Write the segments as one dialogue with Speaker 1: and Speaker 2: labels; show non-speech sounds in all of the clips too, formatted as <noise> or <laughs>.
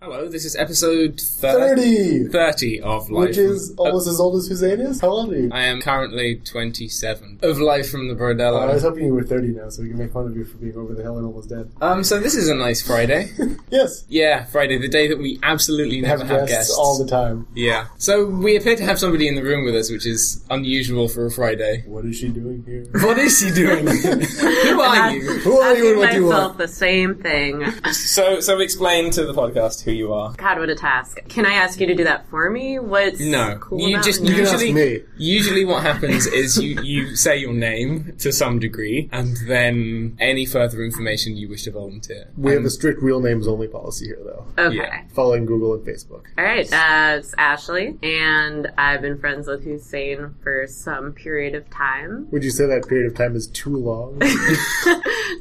Speaker 1: Hello, this is episode 30,
Speaker 2: 30!
Speaker 1: 30 of Life.
Speaker 2: Which is
Speaker 1: from-
Speaker 2: almost as old as Hussein is? How old are you?
Speaker 1: I am currently 27 of Life from the
Speaker 2: Uh, I was
Speaker 1: Bordello.
Speaker 2: hoping you were 30 now, so we can make fun of you for being over the hill and almost dead.
Speaker 1: Um, so this is a nice <laughs> Friday.
Speaker 2: Yes!
Speaker 1: Yeah, Friday, the day that we absolutely
Speaker 2: Have
Speaker 1: never
Speaker 2: guests,
Speaker 1: have guests.
Speaker 2: all the time.
Speaker 1: yeah. So we appear to have somebody in the room with us, which is unusual for a Friday.
Speaker 2: What is she doing here?
Speaker 1: What is she <laughs> doing? Who are you?
Speaker 2: <laughs> Who are you and
Speaker 3: Asking
Speaker 2: what do you
Speaker 3: myself
Speaker 2: want?
Speaker 3: the same thing.
Speaker 1: So, so explain to the podcast who you are.
Speaker 3: God, what a task! Can I ask you to do that for me? What's
Speaker 1: No,
Speaker 3: cool
Speaker 1: you
Speaker 3: about
Speaker 1: just
Speaker 3: me?
Speaker 2: You can ask
Speaker 1: usually
Speaker 2: me.
Speaker 1: usually what happens is you you say your name to some degree, and then any further information you wish to volunteer.
Speaker 2: We have a strict real names only policy here, though.
Speaker 3: okay.
Speaker 1: yeah.
Speaker 2: Following Google and Facebook.
Speaker 3: All right, uh, it's Ashley, and I've been friends with Hussein for some period of time. <laughs>
Speaker 2: Would you say that period of time is too long?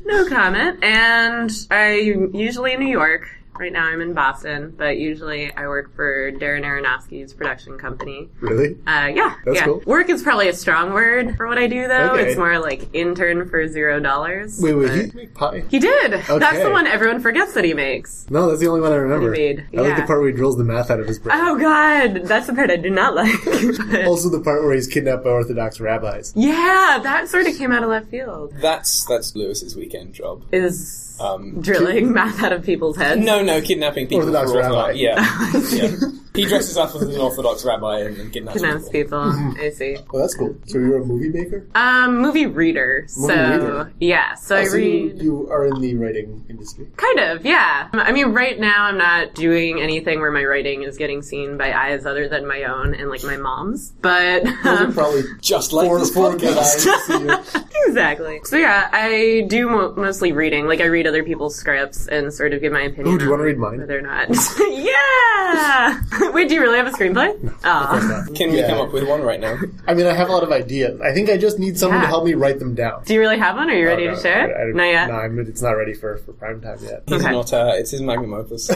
Speaker 3: No comment. And I'm usually in New York. Right now, I'm in Boston, but usually I work for Darren Aronofsky's production company.
Speaker 2: really?
Speaker 3: Uh, yeah,
Speaker 2: That's
Speaker 3: yeah.
Speaker 2: cool.
Speaker 3: Work is probably a strong word for what I do, though.
Speaker 2: Okay.
Speaker 3: It's more like intern for zero dollars.
Speaker 2: Wait, wait,
Speaker 3: but-
Speaker 2: he did make pie?
Speaker 3: He did. That's
Speaker 2: Okay.
Speaker 3: the one everyone forgets that he makes.
Speaker 2: No, that's the only one I remember.
Speaker 3: He made-
Speaker 2: I like the
Speaker 3: yeah.
Speaker 2: part where he drills the math out of his brain.
Speaker 3: Oh God, that's the part I do not like. <laughs> But-
Speaker 2: Also, the part where he's kidnapped by Orthodox rabbis.
Speaker 3: yeah, that sort of came out of left field.
Speaker 4: That's that's Lewis's weekend job.
Speaker 3: Is
Speaker 4: Um,
Speaker 3: drilling math out of people's heads.
Speaker 4: no, no, kidnapping people.
Speaker 2: Orthodox
Speaker 4: for Orthodox-
Speaker 2: rabbi. <laughs>
Speaker 4: Yeah,
Speaker 3: <laughs>
Speaker 4: yeah. He dresses up as an Orthodox rabbi and, and kidnaps
Speaker 3: Kidnaps
Speaker 4: people.
Speaker 3: people. I see.
Speaker 2: Well, Oh, that's cool. So you're a movie maker?
Speaker 3: Um, movie reader.
Speaker 2: Movie
Speaker 3: so
Speaker 2: reader.
Speaker 3: yeah, so I
Speaker 2: Oh, so you,
Speaker 3: read
Speaker 2: you are in the writing industry.
Speaker 3: kind of. Yeah, I mean, right now I'm not doing anything where my writing is getting seen by eyes other than my own and like my mom's. But
Speaker 2: Those are
Speaker 3: um,
Speaker 2: probably
Speaker 4: Just like
Speaker 2: four,
Speaker 4: this
Speaker 2: four good eyes
Speaker 4: podcast.
Speaker 2: to see you.
Speaker 3: <laughs>
Speaker 2: <laughs>
Speaker 3: Exactly. So yeah, I do mo- mostly reading. Like I read other people's scripts and sort of give my opinion.
Speaker 2: Ooh, do you
Speaker 3: on
Speaker 2: wanna read mine?
Speaker 3: Whether or not. <laughs> yeah. <laughs> Wait, do you really have a screenplay? Aw.
Speaker 4: <laughs> Can we
Speaker 2: Yeah.
Speaker 4: come up with one right now?
Speaker 2: I mean, I have a lot of ideas. I think I just need someone to
Speaker 3: Yeah.
Speaker 2: help me write them down.
Speaker 3: Do you really have one? Are you ready
Speaker 2: No,
Speaker 3: to share?
Speaker 2: I- I-
Speaker 3: it? not yet.
Speaker 2: No, I'm, it's not ready for, for prime time yet.
Speaker 3: <laughs>
Speaker 4: He's
Speaker 3: Okay.
Speaker 4: not. Uh, it's his magnum
Speaker 3: <laughs>
Speaker 4: opus,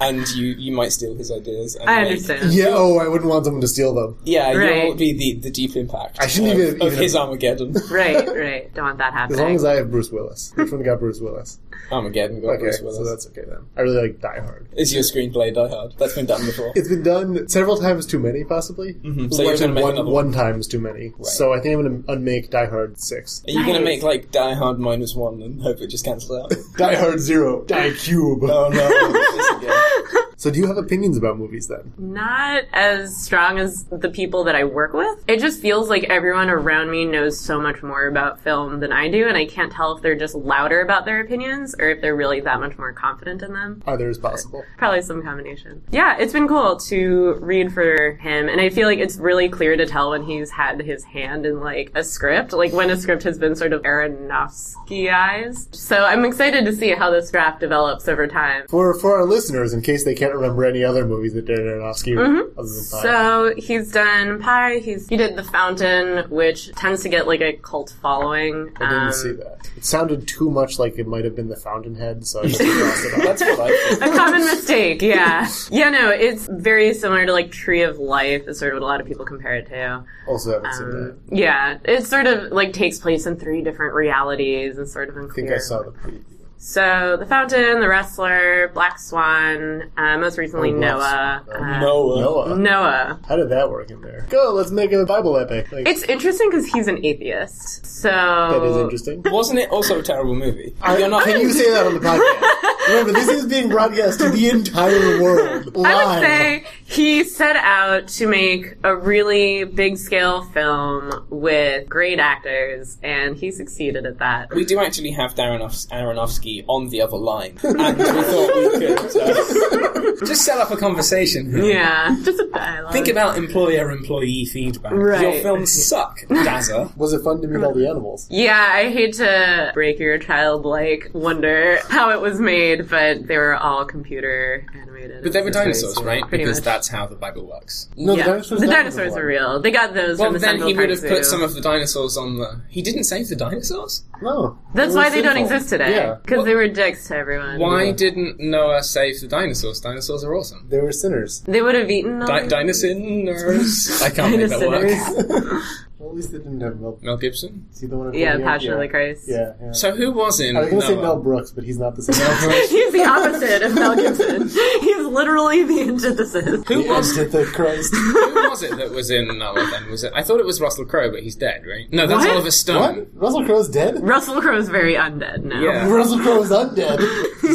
Speaker 4: and you you might steal his ideas. And
Speaker 3: I
Speaker 4: make-
Speaker 2: <laughs>
Speaker 3: understand.
Speaker 2: Yeah, oh, I wouldn't want someone to steal them.
Speaker 4: Yeah, you
Speaker 3: Right.
Speaker 4: won't be the, the deep impact.
Speaker 2: I shouldn't
Speaker 4: of,
Speaker 2: even-
Speaker 4: of
Speaker 2: even-
Speaker 4: his
Speaker 2: <laughs>
Speaker 4: Armageddon.
Speaker 3: Right, right. Don't want that
Speaker 2: As long
Speaker 3: happening.
Speaker 2: as I have Bruce Willis. Which one got Bruce Willis?
Speaker 4: Armageddon. Got
Speaker 2: Okay,
Speaker 4: Bruce Willis.
Speaker 2: so that's okay then. I really like Die Hard.
Speaker 4: Is your screenplay Die Hard? That's been done before.
Speaker 2: It's been done several times too many, possibly. Mm-hmm.
Speaker 4: So you're gonna make
Speaker 2: one,
Speaker 4: another
Speaker 2: one time's too many.
Speaker 4: Right.
Speaker 2: So I think I'm going to unmake Die Hard 6.
Speaker 4: Are you going
Speaker 3: Nice.
Speaker 4: to make like Die Hard minus one and hope it just cancels out? <laughs>
Speaker 2: Die Hard 0. Die Cube.
Speaker 4: oh no! This again.
Speaker 2: <laughs> So do you have opinions about movies then?
Speaker 3: Not as strong as the people that I work with. It just feels like everyone around me knows so much more about film than I do, and I can't tell if they're just louder about their opinions or if they're really that much more confident in them.
Speaker 2: Are there as possible?
Speaker 3: Probably some combination. Yeah, it's been cool to read for him, and I feel like it's really clear to tell when he's had his hand in like a script, like when a script has been sort of Aronofskyized. So I'm excited to see how this draft develops over time.
Speaker 2: For for our listeners, in case they can't remember any other movies that Darren Aronofsky other than Pie.
Speaker 3: Mm-hmm. So he's done Pie. He's he did The Fountain, which tends to get like a cult following.
Speaker 2: I didn't
Speaker 3: Um,
Speaker 2: see that. It sounded too much like it might have been the Fountainhead, so I just crossed
Speaker 3: <laughs>
Speaker 2: it off.
Speaker 4: That's what I think.
Speaker 3: a
Speaker 2: <laughs>
Speaker 3: common mistake, yeah. Yeah, no, it's very similar to like Tree of Life is sort of what a lot of people compare it to.
Speaker 2: Also haven't seen that.
Speaker 3: Um, yeah, it sort of like takes place in three different realities and sort of
Speaker 2: I think
Speaker 3: unclear.
Speaker 2: I saw the preview.
Speaker 3: So, The Fountain, The Wrestler, Black Swan, uh, most recently
Speaker 2: Oh, Black
Speaker 3: Noah.
Speaker 2: Swan.
Speaker 3: uh,
Speaker 4: Noah.
Speaker 2: Noah.
Speaker 3: Noah.
Speaker 2: How did that work in there? Go, let's make a Bible epic. Like,
Speaker 3: It's interesting because he's an atheist. So
Speaker 2: that is interesting.
Speaker 3: <laughs>
Speaker 4: Wasn't it also a terrible movie?
Speaker 2: I-
Speaker 4: You're not.
Speaker 2: can you say that on the
Speaker 3: <laughs>
Speaker 2: podcast? Remember, this is being broadcast to the entire world. Live.
Speaker 3: I would say he set out to make a really big scale film with great actors, and he succeeded at that.
Speaker 4: we do actually have Darren Aronofs- Aronofsky on the other line, and we thought we could uh,
Speaker 1: Just set up a conversation. here.
Speaker 3: Yeah, <laughs> just a dialogue.
Speaker 4: think about employer-employee feedback.
Speaker 3: Right.
Speaker 4: Your films suck, Dazza.
Speaker 2: Was it fun to meet all the animals?
Speaker 3: Yeah, I hate to break your childlike wonder how it was made, but they were all computer animated.
Speaker 1: But they were dinosaurs,
Speaker 2: yeah.
Speaker 1: right?
Speaker 3: Pretty
Speaker 1: Because
Speaker 3: much.
Speaker 1: that's how the Bible works.
Speaker 2: No,
Speaker 3: Yeah.
Speaker 2: the dinosaurs.
Speaker 3: The
Speaker 2: died
Speaker 3: dinosaurs
Speaker 2: before.
Speaker 3: are real. They got those
Speaker 1: Well,
Speaker 3: from the
Speaker 1: then
Speaker 3: Central
Speaker 1: he would
Speaker 3: Park
Speaker 1: have put
Speaker 3: Zoo.
Speaker 1: some of the dinosaurs on the. He didn't save the dinosaurs.
Speaker 2: No,
Speaker 3: That's
Speaker 2: They were
Speaker 3: why they don't
Speaker 2: sinful.
Speaker 3: exist today.
Speaker 2: Yeah,
Speaker 3: Because they were dicks to everyone.
Speaker 1: Why didn't Noah save the dinosaurs? Dinosaurs are awesome.
Speaker 2: they were sinners.
Speaker 3: They would have eaten all
Speaker 1: Di-
Speaker 3: the-
Speaker 1: dinosaurs. I can't make that work.
Speaker 3: Um, Dinosaurs.
Speaker 2: <laughs> Well, at least they didn't have Mel.
Speaker 1: Mel Gibson.
Speaker 2: See the one? I'm
Speaker 3: Yeah,
Speaker 2: thinking of?
Speaker 3: Passion of the Christ.
Speaker 2: Yeah, yeah.
Speaker 1: So um, who was in?
Speaker 2: I Oh, was gonna say
Speaker 1: Noah?
Speaker 2: Mel Brooks, but he's not the same.
Speaker 1: Mel <laughs> Brooks.
Speaker 3: He's the opposite of Mel Gibson. <laughs> He's literally the antithesis.
Speaker 1: Who was,
Speaker 2: Did
Speaker 1: <laughs>
Speaker 2: the Christ?
Speaker 1: who was it that was in Noah then? Was it, I thought it was Russell Crowe, but he's dead, right? No, that's
Speaker 3: What?
Speaker 1: Oliver Stone.
Speaker 2: What? Russell Crowe's
Speaker 1: <laughs>
Speaker 2: dead?
Speaker 3: Russell Crowe's very undead now.
Speaker 1: Yeah.
Speaker 2: Russell Crowe's undead.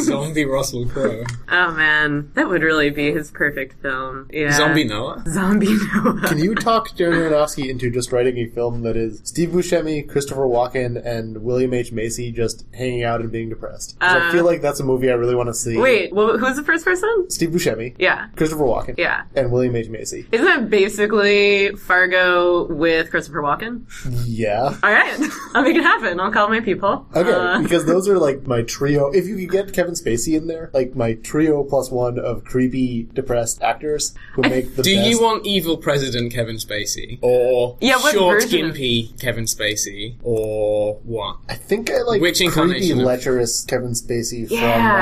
Speaker 1: <laughs> Zombie Russell Crowe.
Speaker 3: Oh man, that would really be his perfect film. Yeah.
Speaker 1: Zombie Noah?
Speaker 3: Zombie Noah.
Speaker 2: Can you talk Darren Aronofsky into just writing a film that is Steve Buscemi, Christopher Walken, and William H Macy just hanging out and being depressed? 'Cause I
Speaker 3: Uh,
Speaker 2: feel like that's a movie I really want to see.
Speaker 3: Wait, well, who's the first person?
Speaker 2: Steve Buscemi,
Speaker 3: Yeah.
Speaker 2: Christopher Walken,
Speaker 3: Yeah.
Speaker 2: and William H Macy.
Speaker 3: Isn't that basically Fargo with Christopher Walken?
Speaker 2: Yeah.
Speaker 3: All right, I'll make it happen. I'll call my people.
Speaker 2: Okay,
Speaker 3: Uh, <laughs>
Speaker 2: because those are like my trio. If you could get Kevin Spacey in there, like my trio plus one of creepy, depressed actors who make the
Speaker 1: Do
Speaker 2: best.
Speaker 1: you want evil president Kevin Spacey? Or
Speaker 3: Yeah, what
Speaker 1: short,
Speaker 3: version of-
Speaker 1: gimpy Kevin Spacey? Or what?
Speaker 2: I think I like
Speaker 1: Which
Speaker 2: creepy,
Speaker 1: incarnation of-
Speaker 2: lecherous Kevin Spacey
Speaker 3: Yeah,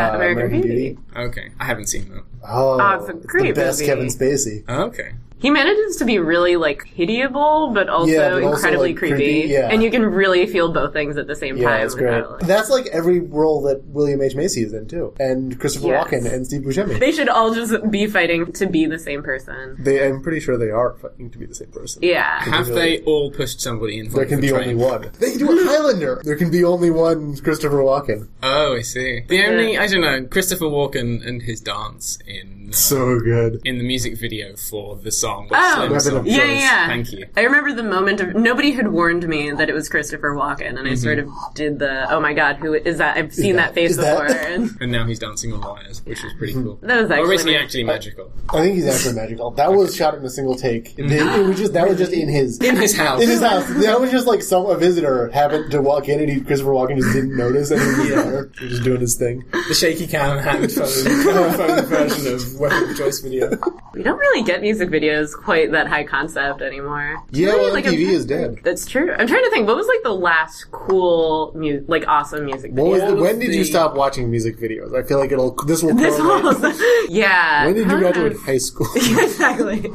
Speaker 2: from uh,
Speaker 3: American
Speaker 2: American,
Speaker 3: Beauty.
Speaker 2: Beauty.
Speaker 1: Okay, I haven't seen that.
Speaker 2: Oh,
Speaker 3: Oh, it's a great
Speaker 2: the best
Speaker 3: movie.
Speaker 2: Kevin Spacey.
Speaker 1: Okay.
Speaker 3: he manages to be really like pitiable, but also
Speaker 2: Yeah, but also,
Speaker 3: incredibly
Speaker 2: like,
Speaker 3: creepy.
Speaker 2: creepy, yeah.
Speaker 3: And you can really feel both things at the same
Speaker 2: Yeah,
Speaker 3: time.
Speaker 2: it's great.
Speaker 3: without, like-
Speaker 2: That's like every role that William H Macy is in too, and Christopher
Speaker 3: Yes.
Speaker 2: Walken and Steve Buscemi.
Speaker 3: They should all just be fighting to be the same person.
Speaker 2: They, I'm pretty sure they are fucking to be the same person. <laughs>
Speaker 3: Yeah.
Speaker 1: Have
Speaker 2: really-
Speaker 1: they all pushed somebody in?
Speaker 2: There can be only one. They do
Speaker 3: <laughs>
Speaker 2: a Highlander. There can be only one Christopher Walken.
Speaker 1: Oh, I see. The only I don't know Christopher Walken and his dance in uh,
Speaker 2: So good.
Speaker 1: in the music video for the song.
Speaker 3: Oh.
Speaker 1: Slim Song.
Speaker 2: Weapon
Speaker 3: Yeah,
Speaker 2: of
Speaker 3: yeah, yeah.
Speaker 1: Thank you.
Speaker 3: I remember the moment of nobody had warned me that it was Christopher Walken, and I sort of did the oh my god, who is that? I've seen that,
Speaker 2: that-
Speaker 3: face
Speaker 2: Mm-hmm. is that-
Speaker 3: before. and
Speaker 2: <laughs>
Speaker 1: And now he's dancing on wires, which is pretty cool.
Speaker 3: that was
Speaker 1: Or
Speaker 3: actually
Speaker 1: is he
Speaker 3: my-
Speaker 1: actually magical?
Speaker 2: I think he's actually magical. That was shot in a single take. They- it was just that was just in his
Speaker 1: In his house.
Speaker 2: in his house. That was just like some a visitor happened to walk in and he, Christopher Walken just didn't notice and he was there. He was just doing his thing.
Speaker 1: the shaky cam hand phone, phone version of Weapon of Choice video.
Speaker 3: We don't really get music videos quite that high concept anymore.
Speaker 2: Yeah,
Speaker 3: Really,
Speaker 2: well,
Speaker 3: like,
Speaker 2: MTV
Speaker 3: I'm-
Speaker 2: is dead.
Speaker 3: That's true. I'm trying to think. What was like the last cool, mu- like awesome music
Speaker 2: What
Speaker 3: video?
Speaker 2: was the,
Speaker 1: All
Speaker 2: when
Speaker 1: of
Speaker 2: did
Speaker 1: the-
Speaker 2: you stop watching music videos? I feel like it'll this will
Speaker 3: <laughs> This
Speaker 2: correlate.
Speaker 3: was, yeah.
Speaker 2: When did you
Speaker 3: Huh? <laughs>
Speaker 2: graduate high school? <laughs>
Speaker 3: exactly.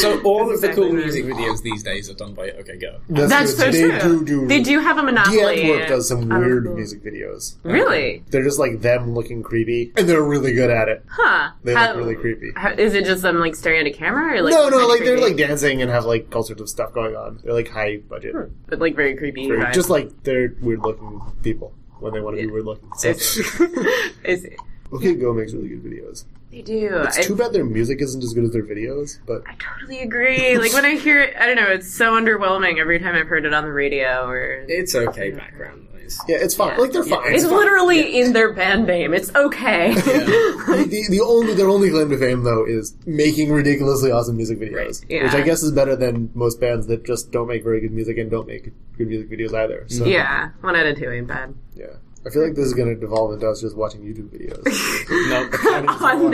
Speaker 1: So all of the
Speaker 3: Exactly
Speaker 1: cool
Speaker 3: right.
Speaker 1: music videos these days are done by OK Go.
Speaker 3: That's so
Speaker 2: they Do,
Speaker 3: true.
Speaker 2: do,
Speaker 3: They do have a monopoly.
Speaker 2: The Antwerp does some
Speaker 3: on-
Speaker 2: weird music videos.
Speaker 3: Really?
Speaker 2: They're just like them looking creepy, and they're really good at it.
Speaker 3: Huh?
Speaker 2: They
Speaker 3: How-
Speaker 2: look really creepy.
Speaker 3: how- is it just them like staring at a camera or like?
Speaker 2: no, no,
Speaker 3: kinda
Speaker 2: like they're
Speaker 3: creepy?
Speaker 2: like dancing and have like all sorts of stuff going on. They're like high budget,
Speaker 3: but like very creepy.
Speaker 2: They're
Speaker 3: vibe. <laughs>
Speaker 2: just like they're weird looking people when they want to be weird looking. So,
Speaker 3: I see.
Speaker 2: <laughs> okay, Go makes really good videos.
Speaker 3: They do. I,
Speaker 2: Too bad their music isn't as good as their videos, but
Speaker 3: I totally agree. Like when I hear it, I don't know. It's so underwhelming every time I've heard it on the radio or.
Speaker 1: It's OK background noise.
Speaker 2: yeah, it's fine. Like they're fine.
Speaker 3: It's
Speaker 2: fine.
Speaker 3: literally in their band name. It's okay.
Speaker 2: the, the, the only their only claim to fame though is making ridiculously awesome music videos,
Speaker 3: yeah.
Speaker 2: which I guess is better than most bands that just don't make very good music and don't make good music videos either. So
Speaker 3: <laughs> yeah, one out of two ain't bad.
Speaker 2: yeah. I feel like this is going to devolve into us just watching YouTube videos.
Speaker 1: <laughs> No,
Speaker 3: <laughs> On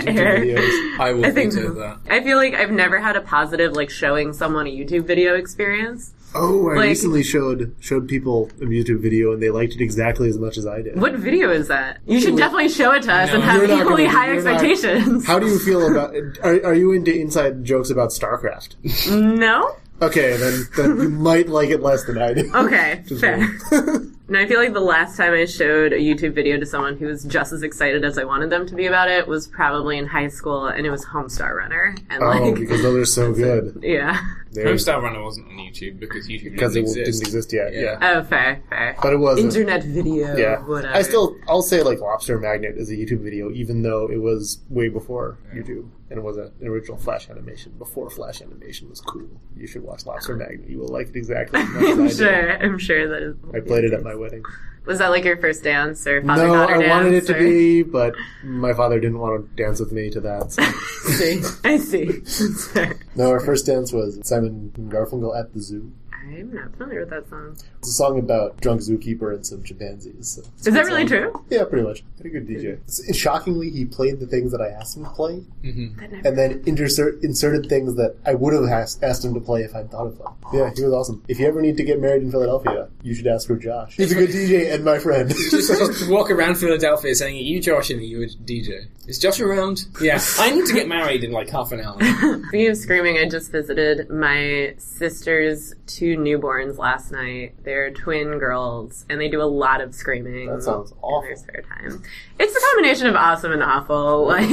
Speaker 2: YouTube
Speaker 3: air.
Speaker 2: videos.
Speaker 1: I will
Speaker 3: I think
Speaker 1: veto that.
Speaker 3: I feel like I've never had a positive like showing someone a YouTube video experience.
Speaker 2: <laughs> Oh, I
Speaker 3: Like-
Speaker 2: recently showed showed people a YouTube video and they liked it exactly as much as I did.
Speaker 3: What video is that? You should definitely show it to us and have
Speaker 2: You're not
Speaker 3: equally
Speaker 2: gonna-
Speaker 3: high
Speaker 2: you're not-
Speaker 3: expectations.
Speaker 2: How do you feel about? Are, are you into inside jokes about StarCraft?
Speaker 3: no?
Speaker 2: Okay, then, then
Speaker 3: <laughs>
Speaker 2: you might like it less than I do.
Speaker 3: Okay, Um, fair.
Speaker 2: kidding.
Speaker 3: <laughs>
Speaker 2: <laughs>
Speaker 3: and I feel like the last time I showed a YouTube video to someone who was just as excited as I wanted them to be about it was probably in high school, and it was Homestar Runner. And
Speaker 2: Oh,
Speaker 3: like,
Speaker 2: because those are so good.
Speaker 3: <laughs> yeah.
Speaker 2: They're-
Speaker 1: Homestar Runner wasn't on YouTube because YouTube
Speaker 2: because it
Speaker 1: didn't
Speaker 2: w-
Speaker 1: exist.
Speaker 2: didn't exist yet.
Speaker 1: Yeah.
Speaker 2: Yeah,
Speaker 3: Oh, fair, fair.
Speaker 2: but it was. a-
Speaker 3: Internet video,
Speaker 2: yeah,
Speaker 3: whatever.
Speaker 2: I still I'll say like Lobster Magnet is a YouTube video, even though it was way before YouTube and it was a, an original Flash animation before Flash animation was cool. You should watch Lobster Magnet. You will like it
Speaker 3: <laughs>
Speaker 2: exactly. as much as I
Speaker 3: <laughs> I'm
Speaker 2: did.
Speaker 3: sure. I'm sure that is.
Speaker 2: I played it at my wedding.
Speaker 3: Was that like your first dance or father
Speaker 2: no,
Speaker 3: daughter
Speaker 2: I
Speaker 3: dance?
Speaker 2: wanted it to
Speaker 3: or-
Speaker 2: be, but my father didn't want to dance with me to that.
Speaker 1: <laughs>
Speaker 2: so-
Speaker 3: <laughs> see.
Speaker 2: <laughs>
Speaker 3: I see. Sorry.
Speaker 2: no, our first dance was Simon and Garfunkel at the zoo.
Speaker 3: I'm not familiar with that song.
Speaker 2: It's a song about drunk zookeeper and some chimpanzees. So.
Speaker 3: Is that really true?
Speaker 2: Yeah, pretty much. Pretty good DJ. S- Shockingly, he played the things that I asked him to play,
Speaker 1: Mm-hmm.
Speaker 3: That never-
Speaker 2: and then insert, inserted things that I would have asked, asked him to play if I'd thought of them. Yeah, he was awesome. If you ever need to get married in Philadelphia, you should ask for Josh. He's a good DJ and my friend.
Speaker 1: <laughs> just walk around Philadelphia saying, "Are you Josh and are you a DJ? Is Josh around? Yeah, I need to get married in like half an hour."
Speaker 3: Speaking of screaming, I just visited my sister's two two newborns last night. They're twin girls, and they do a lot of screaming.
Speaker 2: That sounds
Speaker 3: In
Speaker 2: awful.
Speaker 3: their spare time. It's a combination of awesome and awful. <laughs> Like,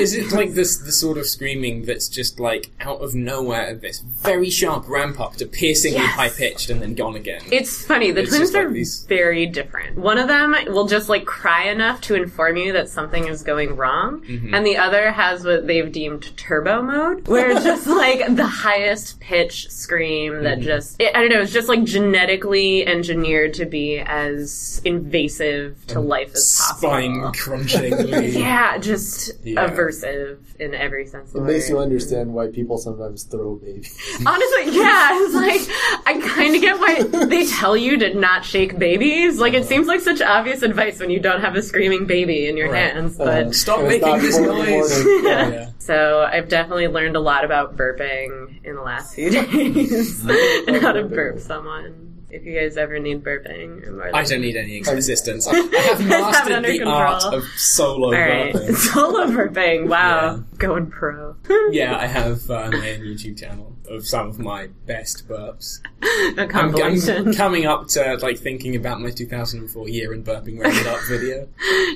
Speaker 1: Is it like this the sort of screaming that's just like out of nowhere, this very sharp ramp up to piercingly
Speaker 3: Yes.
Speaker 1: high pitched and then gone again?
Speaker 3: It's funny. The
Speaker 1: It's
Speaker 3: twins
Speaker 1: just like
Speaker 3: are
Speaker 1: these-
Speaker 3: very different. One of them will just like cry enough to inform you that something is going wrong,
Speaker 1: Mm-hmm.
Speaker 3: and the other has what they've deemed turbo mode, where
Speaker 1: <laughs>
Speaker 3: it's just like the highest pitch scream
Speaker 1: Mm-hmm.
Speaker 3: that just it, I don't know. It's just like genetically engineered to be as invasive to life as possible.
Speaker 1: Spine crunchingly.
Speaker 3: <laughs> Yeah, just
Speaker 1: Yeah.
Speaker 3: aversive in every sense. Of
Speaker 2: It
Speaker 3: the
Speaker 2: makes
Speaker 3: word.
Speaker 2: you understand why people sometimes throw babies.
Speaker 3: Honestly, yeah, it's like I kind of get why they tell you to not shake babies. Like it seems like such obvious advice when you don't have a screaming baby in your
Speaker 1: Right. Uh-huh.
Speaker 3: hands.
Speaker 2: Uh,
Speaker 3: But
Speaker 1: Stop
Speaker 2: and it's
Speaker 1: making
Speaker 2: not
Speaker 1: this
Speaker 2: four in the
Speaker 1: noise.
Speaker 2: morning.
Speaker 1: Yeah, yeah.
Speaker 3: so I've definitely learned a lot about burping in the last few <laughs> days
Speaker 1: Mm-hmm.
Speaker 3: and how to burp someone. If you guys ever need burping, I'm more
Speaker 1: I
Speaker 3: than-
Speaker 1: don't need any
Speaker 3: <laughs>
Speaker 1: assistance. I have mastered
Speaker 3: under
Speaker 1: the
Speaker 3: control.
Speaker 1: art of solo <laughs>
Speaker 3: All right,
Speaker 1: burping.
Speaker 3: solo burping. Wow,
Speaker 1: Yeah.
Speaker 3: going pro.
Speaker 1: Yeah, I have uh, my own YouTube channel of some of my best burps.
Speaker 3: <laughs> a
Speaker 1: I'm, I'm
Speaker 3: compilation. <laughs>
Speaker 1: coming up to like thinking about my 2004 year and burping rounded up <laughs> video.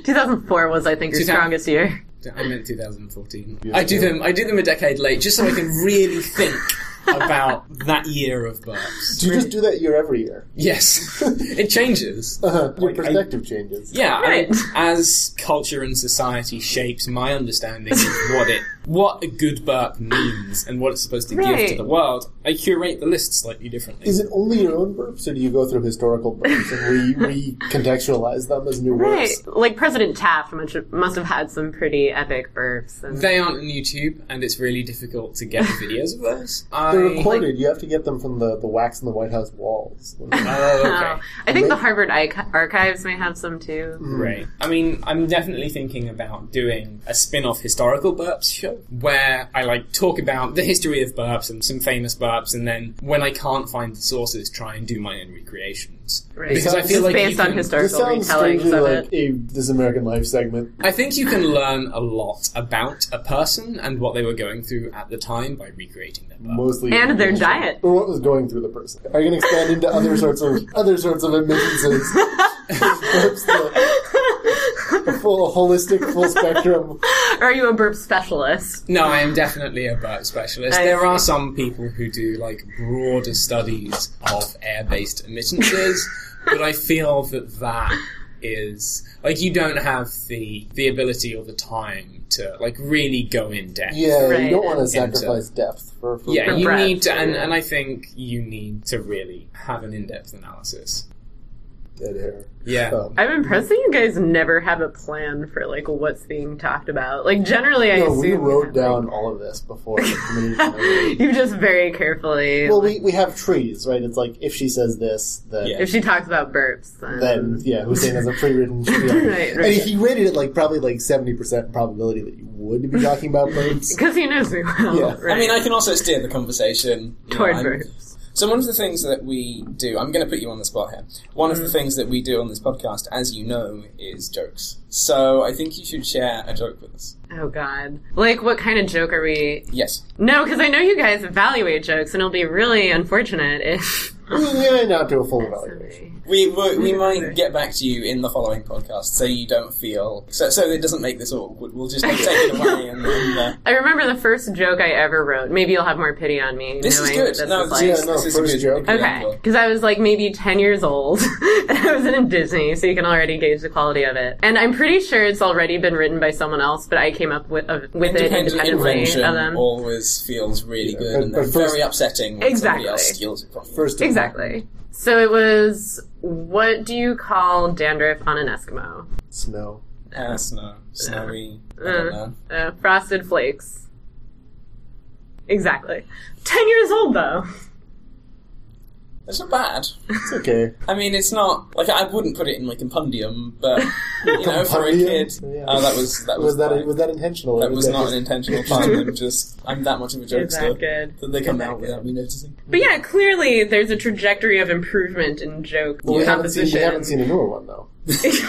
Speaker 3: 2004 was, I think, your
Speaker 1: 2000
Speaker 3: strongest year.
Speaker 1: I meant 2014.
Speaker 2: Yeah.
Speaker 1: I do them. I do them a decade late, just so I can really think about that year of burps.
Speaker 2: Do you just do that year every year? <laughs>
Speaker 1: Yes, it changes.
Speaker 2: Uh-huh. Your
Speaker 1: Like, I-
Speaker 2: perspective changes.
Speaker 1: Yeah, I mean,
Speaker 3: Right.
Speaker 1: as culture and society shapes my understanding of what it, what a good burp means, and what it's supposed to give to
Speaker 3: Right.
Speaker 1: the world, I curate the list slightly differently.
Speaker 2: Is it only your own burps, or do you go through historical burps and <laughs> re- recontextualize them as new
Speaker 3: Right,
Speaker 2: works?
Speaker 3: like President Taft must must have had some pretty epic burps. And <laughs>
Speaker 1: They aren't on YouTube, and it's really difficult to get <laughs> videos of those. I,
Speaker 2: They're recorded. you have to get them from the, the wax on the White House walls.
Speaker 3: <laughs>
Speaker 1: Oh, okay.
Speaker 3: Oh, I think the Harvard Ic- archives may have some too.
Speaker 1: Right. I mean, I'm definitely thinking about doing a spin-off historical burps show where I like talk about the history of burps and some famous burps, and then when I can't find the sources, try and do my own recreations.
Speaker 3: Right.
Speaker 1: Because I
Speaker 2: This
Speaker 1: feel
Speaker 2: is
Speaker 1: like you
Speaker 3: based on
Speaker 1: can-
Speaker 2: This
Speaker 3: historical
Speaker 2: sounds
Speaker 3: retellings
Speaker 2: strangely
Speaker 3: of
Speaker 2: like
Speaker 3: it.
Speaker 2: a This American Life segment.
Speaker 1: I think you can learn a lot about a person and what they were going through at the time by recreating their burp.
Speaker 2: Mostly
Speaker 3: And their diet.
Speaker 2: Or what was going through the person. Are you going to expand into other
Speaker 3: <laughs>
Speaker 2: sorts of other sorts of admittances? Perhaps the- a full a holistic, full spectrum.
Speaker 3: <laughs> Are you a burp specialist?
Speaker 1: No, I am definitely a burp specialist.
Speaker 3: I
Speaker 1: there
Speaker 3: see.
Speaker 1: are some people who do like broader studies of air-based
Speaker 3: <laughs>
Speaker 1: emittances, but I feel that that is like you don't have the the ability or the time to like really go in depth.
Speaker 2: Yeah, you
Speaker 3: Right.
Speaker 2: don't want to
Speaker 1: And, uh,
Speaker 2: sacrifice depth for. for
Speaker 1: Yeah,
Speaker 3: For
Speaker 1: you
Speaker 3: breadth,
Speaker 1: need to, and,
Speaker 3: yeah.
Speaker 1: and I think you need to really have an in-depth analysis.
Speaker 2: dead hair.
Speaker 1: Yeah.
Speaker 2: Um,
Speaker 3: I'm impressed that you guys never have a plan for like what's being talked about. Like generally, I
Speaker 2: no,
Speaker 3: assume
Speaker 2: we wrote
Speaker 4: <laughs>
Speaker 3: that,
Speaker 2: down all of this before. we committed to
Speaker 3: like,
Speaker 2: it.
Speaker 3: <laughs> You just very carefully.
Speaker 2: well, we, we have trees, right? It's like if she says this, then
Speaker 1: Yeah.
Speaker 3: if she talks about burps, then,
Speaker 2: then yeah, Hussein has a pre-written. spiel.
Speaker 4: <laughs>
Speaker 3: Right,
Speaker 2: And
Speaker 3: right.
Speaker 2: he rated it like probably like seventy percent probability that you would be talking about
Speaker 4: <laughs>
Speaker 2: birds.
Speaker 3: because he knows me well.
Speaker 2: Yeah.
Speaker 3: Right?
Speaker 4: I mean, I can also steer the conversation you know,
Speaker 3: toward
Speaker 4: I'm-
Speaker 3: burps.
Speaker 4: So one of the things that we do, I'm going to put you on the spot here. One
Speaker 3: Mm-hmm.
Speaker 4: of the things that we do on this podcast, as you know, is jokes. So I think you should share a joke with us.
Speaker 3: Oh God! Like, what kind of joke are we
Speaker 4: Yes.
Speaker 3: No, because I know you guys evaluate jokes, and it'll be really unfortunate if. <laughs>
Speaker 2: yeah, not to a full evaluation.
Speaker 4: We, we, we
Speaker 3: Mm-hmm.
Speaker 4: might get back to you in the following podcast, so you don't feel so so it doesn't make this awkward. We'll just like, take it away and, and uh,
Speaker 3: I remember the first joke I ever wrote. Maybe you'll have more pity on me.
Speaker 4: this is
Speaker 3: knowing
Speaker 4: good.
Speaker 3: that
Speaker 4: No,
Speaker 3: is
Speaker 4: this,
Speaker 3: like-
Speaker 4: is,
Speaker 2: Yeah, no,
Speaker 4: this is a
Speaker 2: first
Speaker 4: good
Speaker 2: joke.
Speaker 4: good
Speaker 3: Okay,
Speaker 4: angle.
Speaker 3: because I was like maybe 10 years old <laughs> and I was in Disney, so you can already gauge the quality of it. And I'm pretty sure it's already been written by someone else, but I came up with, of, with it
Speaker 4: Independent
Speaker 3: independently
Speaker 4: invention
Speaker 3: of them.
Speaker 4: always feels really good
Speaker 2: but-
Speaker 4: and
Speaker 2: but
Speaker 4: then
Speaker 2: first-
Speaker 4: very upsetting when somebody
Speaker 3: Exactly.
Speaker 4: else steals it from you.
Speaker 2: First, of all,
Speaker 3: Exactly. So it was what do you call dandruff on an Eskimo?
Speaker 2: snow.
Speaker 4: Ah, snow. Snowy. I
Speaker 3: Uh,
Speaker 4: don't know.
Speaker 3: uh, frosted flakes. Exactly. 10 years old though.
Speaker 4: It's not bad. <laughs>
Speaker 2: It's okay.
Speaker 4: I mean, it's not like I wouldn't put it in like compendium, but you know, for a
Speaker 2: Compendium?
Speaker 4: kid,
Speaker 2: Yeah.
Speaker 4: oh, that was that was
Speaker 2: Was that
Speaker 4: fine.
Speaker 2: was that intentional?
Speaker 4: that
Speaker 2: Or
Speaker 4: was not an
Speaker 2: just-
Speaker 4: intentional pun. I'm just I'm that much of a
Speaker 3: Is that
Speaker 4: jokester
Speaker 3: good?
Speaker 4: that they come out
Speaker 3: good.
Speaker 4: without me noticing.
Speaker 3: But yeah, clearly there's a trajectory of improvement in joke
Speaker 2: Well, we haven't seen
Speaker 3: composition.
Speaker 2: we haven't seen a newer one though. <laughs>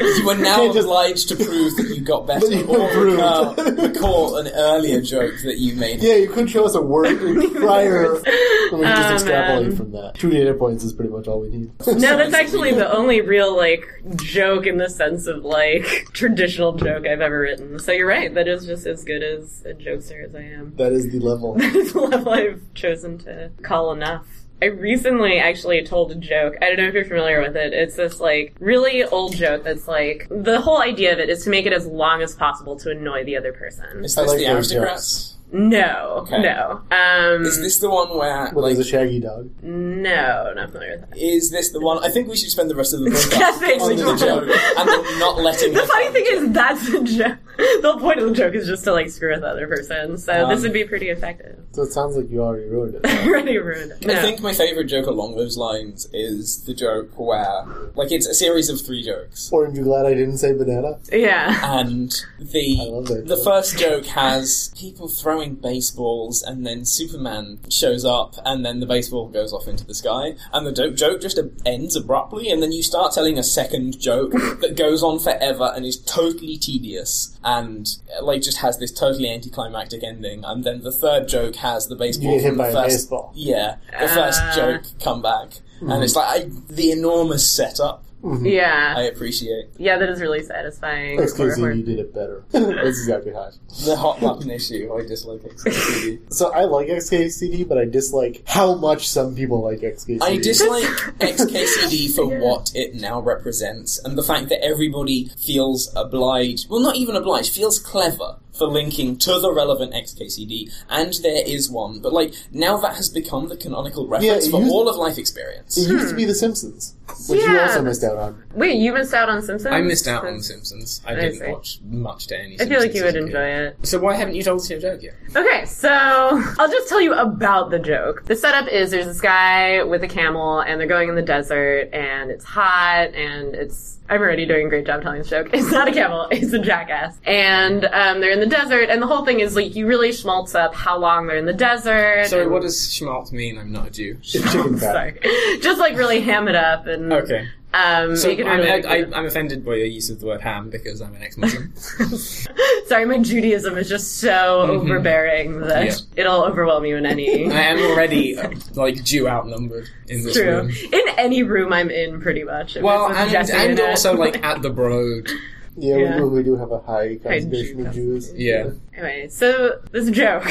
Speaker 4: You are now
Speaker 2: can't just-
Speaker 4: obliged to prove that you
Speaker 2: <laughs>
Speaker 4: got better
Speaker 2: you
Speaker 4: or
Speaker 2: improved.
Speaker 4: recall, recall an earlier joke that you made.
Speaker 2: Yeah, you couldn't show us
Speaker 4: <laughs>
Speaker 2: a word prior. and we can just
Speaker 3: Oh,
Speaker 2: extrapolate
Speaker 3: man.
Speaker 2: from that. Two data points is pretty much all we need.
Speaker 3: <laughs> No, that's actually the only real like joke in the sense of like traditional joke I've ever written. So you're right. That is just as good as a jokester as I am.
Speaker 2: that is the level.
Speaker 3: That is the level I've chosen to call enough. I recently actually told a joke. I don't know if you're familiar with it. It's this like really old joke that's like the whole idea of it is to make it as long as possible to annoy the other person.
Speaker 4: Is
Speaker 2: I
Speaker 4: this
Speaker 2: like
Speaker 4: the
Speaker 2: those
Speaker 4: aristocrats?
Speaker 3: No,
Speaker 4: Okay.
Speaker 3: no, um,
Speaker 4: Is this the one where
Speaker 2: Well,
Speaker 4: like
Speaker 2: there's a shaggy dog.
Speaker 3: no, not familiar with that.
Speaker 4: is this the one I think we should spend the rest
Speaker 3: <laughs>
Speaker 4: of the podcast
Speaker 3: Yes, they
Speaker 4: on the
Speaker 3: should.
Speaker 4: joke and then not letting
Speaker 3: The funny thing is, that's the joke. The whole point of the joke is just to like screw with the other person. So
Speaker 4: Um,
Speaker 3: this would be pretty effective.
Speaker 2: So it sounds like you already ruined it.
Speaker 3: Already ruined it.
Speaker 4: <laughs> I
Speaker 3: No.
Speaker 4: think my favorite joke along those lines is the joke where, like, it's a series of three jokes,
Speaker 2: Or aren't you glad I didn't say banana?
Speaker 3: yeah.
Speaker 4: and
Speaker 2: I love
Speaker 4: the
Speaker 2: that
Speaker 4: the
Speaker 2: joke. <laughs>
Speaker 4: first joke has people throwing baseballs, and then Superman shows up, and then the baseball goes off into the sky, and the dope joke just ends abruptly, and then you start telling a second
Speaker 2: <laughs>
Speaker 4: joke that goes on forever and is totally tedious, and uh, like just has this totally anticlimactic ending, and then the third joke has the baseball
Speaker 2: You get hit
Speaker 4: from the
Speaker 2: by a
Speaker 4: first
Speaker 2: baseball.
Speaker 4: yeah, the first
Speaker 3: Ah.
Speaker 4: joke comeback, and it's
Speaker 2: Mm-hmm.
Speaker 4: like I, the enormous setup. I
Speaker 3: Yeah.
Speaker 4: appreciate
Speaker 3: Yeah, that is really satisfying.
Speaker 2: Excuse me,
Speaker 3: Or-
Speaker 2: you did it better. <laughs> That's exactly how. it-
Speaker 4: the hot button issue. I dislike XKCD.
Speaker 2: So I like XKCD, but I dislike how much some people like XKCD.
Speaker 4: I dislike
Speaker 3: <laughs>
Speaker 4: XKCD for what it now represents, and the fact that everybody feels obliged. Well, not even obliged. Feels clever for linking to the relevant XKCD, and there is one. But like now, that has become the canonical reference
Speaker 2: it
Speaker 4: for
Speaker 2: used-
Speaker 4: all of life experience.
Speaker 2: It used to be The Simpsons, which you
Speaker 3: Hmm. Yeah.
Speaker 2: also missed out on.
Speaker 3: Wait, you missed out on Simpsons?
Speaker 1: I missed out on The Simpsons. I didn't
Speaker 3: see.
Speaker 1: watch much to any.
Speaker 3: I feel like you would
Speaker 1: Simpsons as a
Speaker 3: enjoy
Speaker 1: kid.
Speaker 3: it.
Speaker 1: So why haven't you told us your joke yet?
Speaker 3: Okay, so <laughs> I'll just tell you about the joke. The setup is there's this guy with a camel and they're going in the desert and it's hot and it's I'm already doing a great job telling this joke. <laughs> It's not a camel, it's a jackass. And um, they're in the desert and the whole thing is like you really schmaltz up how long they're in the desert.
Speaker 1: So
Speaker 3: and-
Speaker 1: what does schmaltz mean? I'm not a Jew.
Speaker 2: It's
Speaker 3: <laughs>
Speaker 2: chicken fat.
Speaker 3: Sorry. Just like really ham it up and
Speaker 1: Okay.
Speaker 3: um
Speaker 1: So
Speaker 3: make it
Speaker 1: I'm,
Speaker 3: really
Speaker 1: I, I, I'm offended by your use of the word ham because I'm an ex-Muslim.
Speaker 3: <laughs> Sorry, my Judaism is just so overbearing that
Speaker 1: Mm-hmm. Yeah.
Speaker 3: it'll overwhelm you in any
Speaker 1: I am already
Speaker 3: <laughs>
Speaker 1: uh, like Jew outnumbered in this
Speaker 3: True.
Speaker 1: room.
Speaker 3: In any room I'm in, pretty much. If
Speaker 1: Well,
Speaker 3: it's with
Speaker 1: and,
Speaker 3: Jesse in
Speaker 1: and
Speaker 3: it.
Speaker 1: also like at the broad.
Speaker 2: Yeah,
Speaker 3: Yeah.
Speaker 2: We, do, we do have a high concentration
Speaker 3: Jew
Speaker 2: of Jews.
Speaker 1: Yeah.
Speaker 3: <laughs> Anyway, so this joke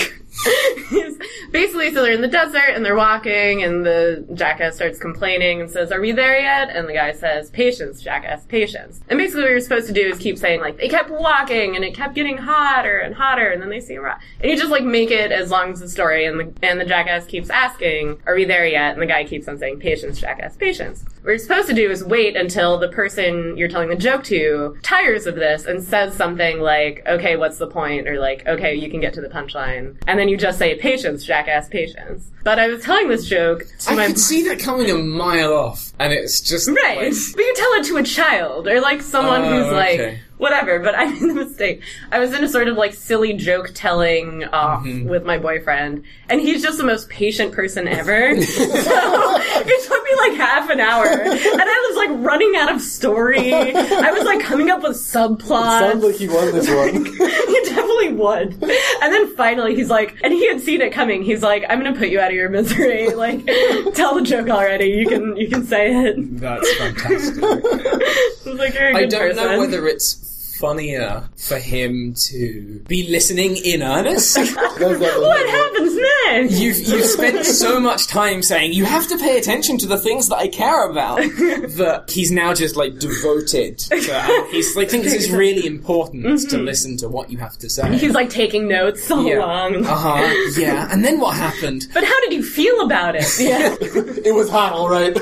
Speaker 3: <laughs> is basically so they're in the desert and they're walking, and the jackass starts complaining and says, Are we there yet? And the guy says, Patience, jackass, patience. And basically, what you're supposed to do is keep saying, like, they kept walking and it kept getting hotter and hotter, and then they see a rock. And you just, like, make it as long as the story, and the, and the jackass keeps asking, Are we there yet? And the guy keeps on saying, Patience, jackass, patience. What you're supposed to do is wait until the person you're telling the joke to tires of this and says something like, okay, what's the point? Or like, okay, you can get to the punchline. And then you just say, patience, jackass, patience. But I was telling this joke to
Speaker 1: I
Speaker 3: my.
Speaker 1: could see that coming a mile off, and it's just
Speaker 3: Right.
Speaker 1: like,
Speaker 3: But you tell it to a child or like someone
Speaker 1: Oh,
Speaker 3: who's like,
Speaker 1: okay.
Speaker 3: whatever. But I made the mistake. I was in a sort of like silly joke telling off
Speaker 1: Mm-hmm.
Speaker 3: with my boyfriend, and he's just the most patient person
Speaker 1: <laughs>
Speaker 3: ever. so it took me like half an hour, and I was like running out of story. I was like coming up with subplots.
Speaker 2: Sounds like he won this one.
Speaker 3: <laughs> He definitely would. And then finally, he's like, and he had seen it coming. He's like, I'm gonna put you out of your misery. Like, <laughs> tell the joke already. You can, you can say it.
Speaker 1: that's
Speaker 3: <laughs>
Speaker 1: fantastic.
Speaker 3: I was like, you're a good
Speaker 1: I don't
Speaker 3: person.
Speaker 1: know whether it's funnier for him to be listening in earnest.
Speaker 3: <laughs>
Speaker 2: That's not
Speaker 3: What happens next?
Speaker 1: You've, you've spent so much time saying you have to pay attention to the things that I care <laughs> about that he's now just like devoted. <laughs> To, and he's like thinks it's really important to listen to what you have to say.
Speaker 3: He's like taking notes all
Speaker 1: Yeah.
Speaker 3: along.
Speaker 2: Uh-huh.
Speaker 1: uh huh. Yeah. And then what <laughs> happened?
Speaker 3: But how did you feel
Speaker 2: <laughs>
Speaker 3: about it? Yeah.
Speaker 2: it was hot, all right.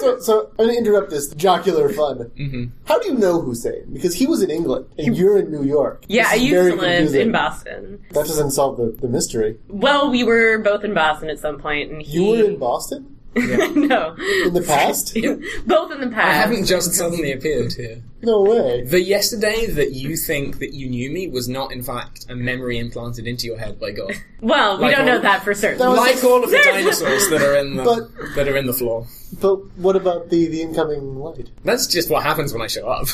Speaker 2: so, so I'm going to interrupt this jocular fun. How do you know Hussein? Because he was in England and you're in New York.
Speaker 3: yeah, I
Speaker 2: This is
Speaker 3: used
Speaker 2: very
Speaker 3: to live
Speaker 2: confusing.
Speaker 3: in Boston.
Speaker 2: That doesn't solve the, the mystery.
Speaker 3: Well, we were both in Boston at some point, and he.
Speaker 2: You were in Boston
Speaker 3: <laughs> no.
Speaker 2: in the past.
Speaker 3: <laughs> Both in the past.
Speaker 1: I haven't just suddenly appeared here.
Speaker 2: No way.
Speaker 1: Uh, The yesterday that you think that you knew me was not, in fact, a memory implanted into your head by <laughs> God.
Speaker 3: Well, we
Speaker 1: Like
Speaker 3: don't
Speaker 1: all-
Speaker 3: know that for certain.
Speaker 2: was-
Speaker 1: Like all of the
Speaker 3: There's-
Speaker 1: dinosaurs that are in the
Speaker 2: But-
Speaker 1: that are in the floor.
Speaker 2: But what about the, the incoming light?
Speaker 1: That's just what happens when I
Speaker 4: <laughs>
Speaker 1: show up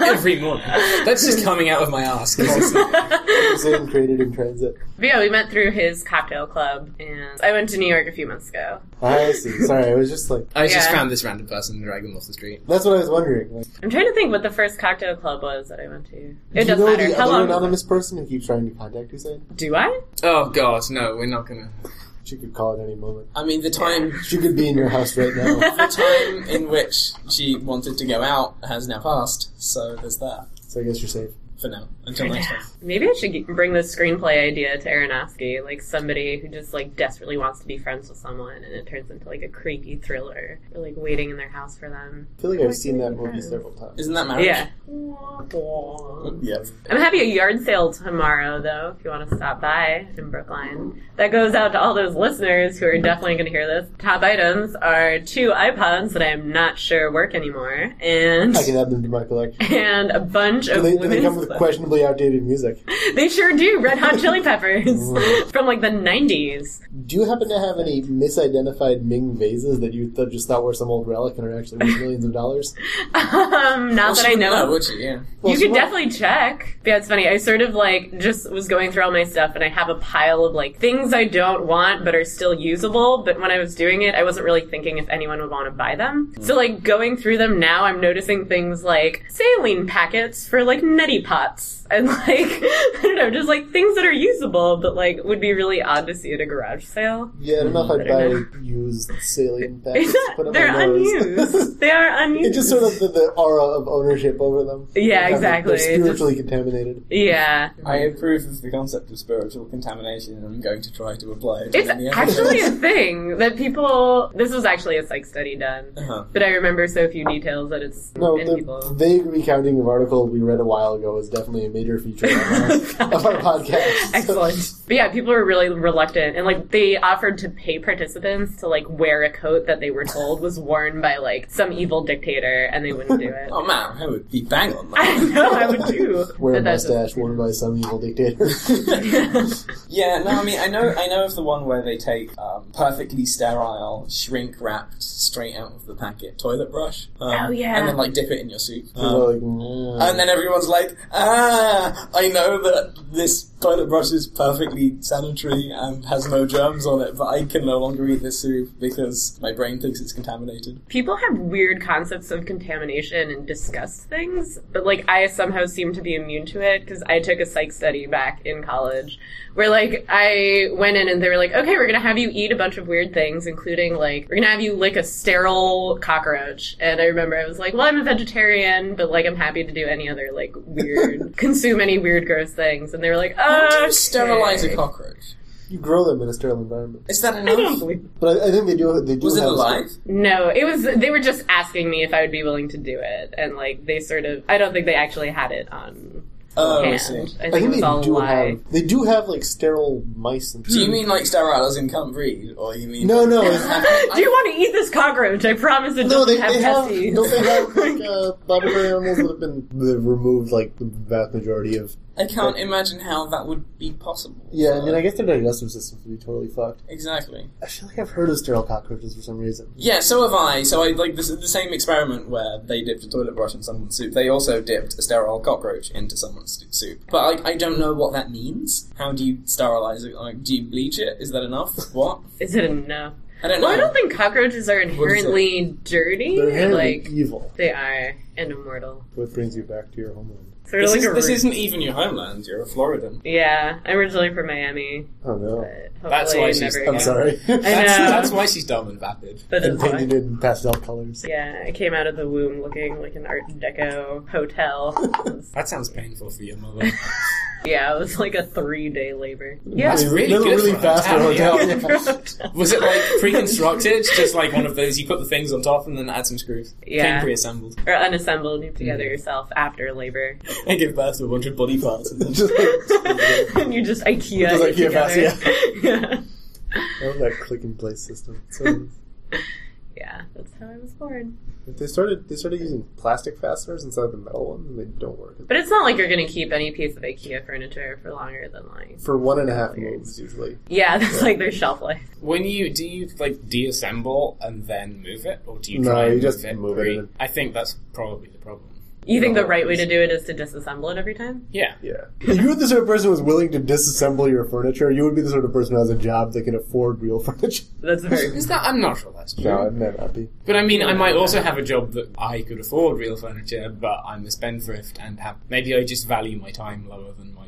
Speaker 1: every morning. That's just coming out of my ass constantly.
Speaker 2: <laughs> Is it created in transit?
Speaker 3: <laughs> But yeah, we met through his cocktail club, and I went to New York a few months ago.
Speaker 2: I see. Sorry, I was just like,
Speaker 1: I just
Speaker 3: Yeah.
Speaker 1: found this random person and dragged them off the street.
Speaker 2: that's what I was wondering. Like,
Speaker 3: I'm trying to think what the first cocktail club was that I went to.
Speaker 2: do
Speaker 3: It
Speaker 2: you
Speaker 3: doesn't
Speaker 2: know
Speaker 3: matter.
Speaker 2: the
Speaker 3: How
Speaker 2: other
Speaker 3: long?
Speaker 2: anonymous person who keeps trying to contact you? Said
Speaker 3: Do I?
Speaker 1: Oh God, no, we're not gonna.
Speaker 2: she could call at any moment.
Speaker 4: I mean, the time
Speaker 2: She could be in your house right
Speaker 3: <laughs>
Speaker 2: now.
Speaker 4: the time in which she wanted to go out has now passed, so there's that
Speaker 2: so I guess you're safe.
Speaker 4: for now. Until next time.
Speaker 3: Maybe I should g- bring this screenplay idea to Aronofsky, like somebody who just like desperately wants to be friends with someone, and it turns into like a creepy thriller, or like waiting in their house for them.
Speaker 2: I feel like I've seen that movie several times.
Speaker 4: Isn't that marriage?
Speaker 3: Yeah.
Speaker 2: Yes.
Speaker 3: I'm having a yard sale tomorrow, though, if you want to stop by in Brookline. That goes out to all those listeners who are definitely going to hear this. Top items are two iPods that I'm not sure work anymore, and
Speaker 2: I can add them to my collection.
Speaker 3: and a bunch
Speaker 2: Do
Speaker 3: of
Speaker 2: they, do they
Speaker 3: women's
Speaker 2: come with
Speaker 3: clothes.
Speaker 2: questionably outdated music?
Speaker 3: <laughs> They sure do. Red Hot Chili Peppers
Speaker 2: Mm.
Speaker 3: <laughs> from like the 90s.
Speaker 2: Do you happen to have any misidentified Ming vases that you th- just thought were some old relic and are actually worth millions of dollars?
Speaker 3: Um,
Speaker 4: Well,
Speaker 3: not that
Speaker 4: she
Speaker 3: I
Speaker 4: wouldn't
Speaker 3: know. of.
Speaker 4: would she? Yeah.
Speaker 2: Well,
Speaker 3: you could
Speaker 2: she-
Speaker 3: definitely check. Yeah, it's funny. I sort of like just was going through all my stuff and I have a pile of like things I don't want but are still usable. But when I was doing it, I wasn't really thinking if anyone would want to buy them. So like going through them now, I'm noticing things like saline packets for like neti pots <laughs> and like, I don't know, just like things that are usable but like would be really odd to see at a garage sale.
Speaker 2: Yeah, I don't know if I'd
Speaker 3: I don't
Speaker 2: buy used
Speaker 3: <laughs>
Speaker 2: saline packets to put on my
Speaker 3: They're
Speaker 2: nose.
Speaker 3: unused. they are unused.
Speaker 2: <laughs> It just sort of the, the aura of ownership over them.
Speaker 3: Yeah,
Speaker 2: Like,
Speaker 3: exactly.
Speaker 2: They're spiritually contaminated.
Speaker 3: yeah.
Speaker 4: I approve of the concept of spiritual contamination, and I'm going to try to apply it.
Speaker 3: It's
Speaker 4: in the
Speaker 2: <laughs>
Speaker 3: actually a thing that people. This was actually a psych study done,
Speaker 4: Uh-huh.
Speaker 3: but I remember so few details that it's
Speaker 2: No,
Speaker 3: in
Speaker 2: the
Speaker 3: people.
Speaker 2: vague recounting of article we read a while ago is definitely a major
Speaker 3: <laughs>
Speaker 2: feature of our, <laughs> of our podcast.
Speaker 3: Excellent. But yeah, people were really reluctant, and like they offered to pay participants to like wear a coat that they were told was worn by like some evil dictator, and they wouldn't do it. <laughs>
Speaker 4: Oh man, I would be bang on
Speaker 3: I
Speaker 4: that.
Speaker 3: know I
Speaker 4: <laughs>
Speaker 3: would too.
Speaker 2: Wear a
Speaker 3: But that's
Speaker 2: mustache worn by some evil
Speaker 3: <laughs>
Speaker 2: dictator. <laughs>
Speaker 3: just-
Speaker 4: <laughs> yeah, no, I mean, I know, I know of the one where they take um, perfectly sterile, shrink wrapped, straight out of the packet toilet brush. Um,
Speaker 3: Oh, yeah.
Speaker 4: and then like dip it in your soup. Um,
Speaker 2: So, like, mm.
Speaker 4: And then everyone's like, ah, I know that this toilet brush is perfectly sanitary and has no germs on it, but I can no longer eat this soup because my brain thinks it's contaminated.
Speaker 3: people have weird concepts of contamination and discuss things, but like I somehow seem to be immune to it because I took a psych study back in college where like I went in and they were like, okay, we're gonna have you eat a bunch of weird things, including like we're gonna have you lick a sterile cockroach. And I remember I was like, well, I'm a vegetarian, but like I'm happy to do any other like weird, <laughs> consume any weird, gross things. And they were like,
Speaker 4: How do
Speaker 3: oh,
Speaker 4: you sterilize a cockroach?
Speaker 2: you grow them in a sterile environment.
Speaker 4: Is that
Speaker 3: I don't
Speaker 4: enough?
Speaker 3: believe.
Speaker 2: But I, I think they do. They do
Speaker 4: Was it
Speaker 2: have
Speaker 4: alive?
Speaker 3: No, it was. They were just asking me if I would be willing to do it, and like they sort of. I don't think they actually had it on
Speaker 4: Oh, I
Speaker 3: hand.
Speaker 4: see.
Speaker 3: I
Speaker 2: I
Speaker 3: think it
Speaker 2: think
Speaker 3: was
Speaker 2: they
Speaker 3: all a
Speaker 2: do
Speaker 3: lie. <laughs>
Speaker 2: have. They do have like sterile mice and.
Speaker 4: Do you mean like sterile as in can't breed, or you mean
Speaker 2: Hmm. No,
Speaker 4: <laughs>
Speaker 2: no, it's-
Speaker 3: <laughs> do you want to eat this cockroach? I promise it
Speaker 2: No,
Speaker 3: doesn't
Speaker 2: they,
Speaker 3: have
Speaker 2: they have.
Speaker 3: testes.
Speaker 2: Don't they have
Speaker 3: <laughs>
Speaker 2: like uh, laboratory animals that have been that have removed like the vast majority of?
Speaker 4: I can't imagine how that would be possible.
Speaker 2: Yeah, I mean, I guess their digestive systems would be totally fucked.
Speaker 4: exactly.
Speaker 2: I feel like I've heard of sterile cockroaches for some reason.
Speaker 4: Yeah, so have I. So I like this, the same experiment where they dipped a toilet brush in someone's soup. They also dipped a sterile cockroach into someone's st- soup. But like, I don't know what that means. How do you sterilize it? Like, do you bleach it? Is that enough? What?
Speaker 3: Is it enough?
Speaker 4: I don't know.
Speaker 3: Well, I don't think cockroaches are
Speaker 4: is it?
Speaker 3: inherently dirty.
Speaker 2: They're inherently
Speaker 3: Like
Speaker 2: evil,
Speaker 3: they are and immortal.
Speaker 2: which brings you back to your homeland.
Speaker 3: Sort
Speaker 4: this,
Speaker 3: of like
Speaker 4: is,
Speaker 3: a
Speaker 4: this
Speaker 3: root-
Speaker 4: isn't even your homeland. You're a Floridan.
Speaker 3: Yeah, I'm originally from Miami,
Speaker 2: Oh no,
Speaker 3: but hopefully
Speaker 1: That's why she's- I'm
Speaker 3: never
Speaker 2: I'm
Speaker 3: again.
Speaker 2: <laughs> sorry.
Speaker 3: I
Speaker 1: That's,
Speaker 3: know.
Speaker 1: that's why she's dumb and vapid.
Speaker 3: But
Speaker 2: and
Speaker 3: it's fine.
Speaker 2: painted in pastel colors.
Speaker 3: Yeah, I came out of the womb looking like an Art Deco hotel.
Speaker 2: <laughs>
Speaker 3: It was
Speaker 1: That sounds painful for your mother.
Speaker 3: Yeah, it was like a three day labor. Yeah.
Speaker 1: That's really
Speaker 2: They were
Speaker 1: good
Speaker 2: really
Speaker 1: for a
Speaker 2: fast at a
Speaker 1: hotel,
Speaker 2: <laughs> hotel.
Speaker 1: Was it like pre-constructed, just like one of those you put the things on top and then add some screws?
Speaker 3: Yeah.
Speaker 1: Came pre-assembled.
Speaker 3: or unassembled, you put together
Speaker 1: Mm-hmm.
Speaker 3: yourself after labor.
Speaker 1: <laughs>
Speaker 3: <laughs>
Speaker 1: And give birth to a bunch of body parts. And then
Speaker 2: Just like,
Speaker 3: and you just IKEA.
Speaker 2: Just
Speaker 3: it
Speaker 2: IKEA fast,
Speaker 3: together. <laughs> yeah.
Speaker 2: <laughs> I love that click and place system. So,
Speaker 3: Yeah, that's how I was born.
Speaker 2: They started they started using plastic fasteners instead of the metal ones, and they don't work.
Speaker 3: But it's not like you're going to keep any piece of IKEA furniture for longer than like.
Speaker 2: For one and a half years, usually.
Speaker 3: Yeah, <laughs> that's like their shelf life.
Speaker 1: When you do you like deassemble and then move it, or do you
Speaker 2: No,
Speaker 1: try and
Speaker 2: you just
Speaker 1: move it?
Speaker 2: move it
Speaker 1: pre-
Speaker 2: and-
Speaker 1: I think that's probably the problem.
Speaker 3: You think the right way to do it is to disassemble it every time?
Speaker 1: Yeah,
Speaker 2: Yeah. <laughs> If you were the sort of person who was willing to disassemble your furniture, you would be the sort of person who has a job that can afford real <laughs> furniture.
Speaker 1: <laughs>
Speaker 3: That's very.
Speaker 1: is that? I'm not sure that's true.
Speaker 2: No, it may not be.
Speaker 1: But I mean, I might also have a job that I could afford real furniture, but I'm a spendthrift and have maybe I just value my time lower than my.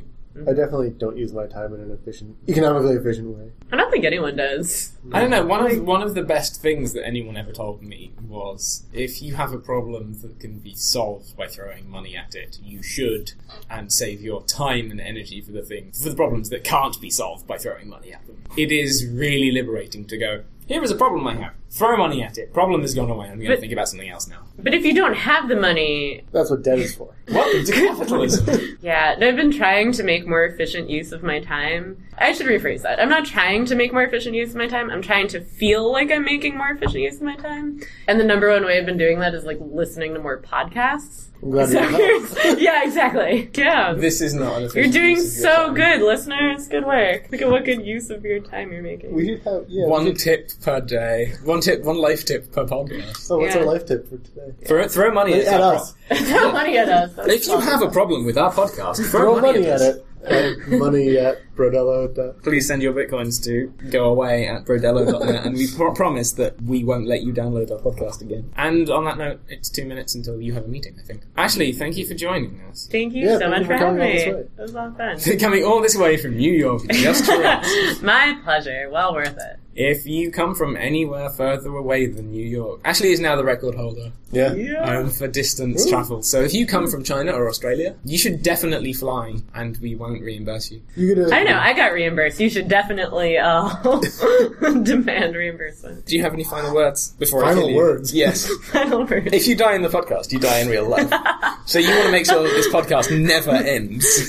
Speaker 2: I definitely don't use my time in an efficient, economically efficient way.
Speaker 3: I don't think anyone does.
Speaker 1: I don't know. One of one of the best things that anyone ever told me was if you have a problem that can be solved by throwing money at it, you should and save your time and energy for the things for the problems that can't be solved by throwing money at them. It is really liberating to go. Here is a problem I have. Throw money at it. Problem has gone away. I'm going to
Speaker 3: But-
Speaker 1: think about something else now.
Speaker 3: But if you don't have the money,
Speaker 2: That's what debt is <laughs> for.
Speaker 1: Welcome to capitalism.
Speaker 3: Yeah, and I've been trying to make more efficient use of my time. I should rephrase that. I'm not trying to make more efficient use of my time. I'm trying to feel like I'm making more efficient use of my time. And the number one way I've been doing that is like listening to more podcasts.
Speaker 2: I'm glad you
Speaker 3: So
Speaker 2: helped.
Speaker 3: here's- <laughs> yeah, exactly. Yeah.
Speaker 1: <laughs> this is not. An
Speaker 3: You're
Speaker 1: efficient
Speaker 3: doing
Speaker 1: use of your
Speaker 3: so
Speaker 1: time.
Speaker 3: good, listeners. Good work. Look at what good use of your time you're making. <laughs>
Speaker 2: We should have, yeah.
Speaker 1: One
Speaker 2: we should-
Speaker 1: tip per day. One tip. One life tip per podcast.
Speaker 2: so what's
Speaker 3: Yeah.
Speaker 2: our life tip for today?
Speaker 1: Throw, throw money
Speaker 2: At
Speaker 1: at, our pro-
Speaker 2: us.
Speaker 3: Throw money at us. That's
Speaker 1: If you have a problem with our podcast, throw,
Speaker 2: Throw
Speaker 1: money, at, us.
Speaker 2: it. And money at Brodello. dot-
Speaker 1: Please send your bitcoins to goaway at brodello.net, and we pro- promise that we won't let you download our podcast again. And on that note, it's two minutes until you have a meeting, I think. Ashley, thank you for joining us. <laughs>
Speaker 3: Thank you
Speaker 2: Yeah, thank
Speaker 3: so much
Speaker 2: you
Speaker 3: for
Speaker 2: for coming all
Speaker 3: having me.
Speaker 2: this way.
Speaker 3: It was a lot
Speaker 2: <laughs>
Speaker 3: of fun.
Speaker 1: Coming all this way from New York just for us.
Speaker 3: <laughs> My pleasure. Well worth it.
Speaker 1: If you come from anywhere further away than New York, Ashley is now the record holder.
Speaker 2: Yeah.
Speaker 1: um, for distance
Speaker 2: Ooh.
Speaker 1: travel. So if you come from China or Australia, you should definitely fly, and we won't reimburse you.
Speaker 2: You gonna,
Speaker 3: I know. I got reimbursed. You should definitely uh, <laughs> demand reimbursement. <laughs>
Speaker 1: Do you have any final words before I
Speaker 2: Final
Speaker 1: kill you?
Speaker 2: words? <laughs>
Speaker 1: Yes.
Speaker 3: Final word. <laughs>
Speaker 1: if you die in the podcast, you die in real life. so you want to make sure that this podcast never ends.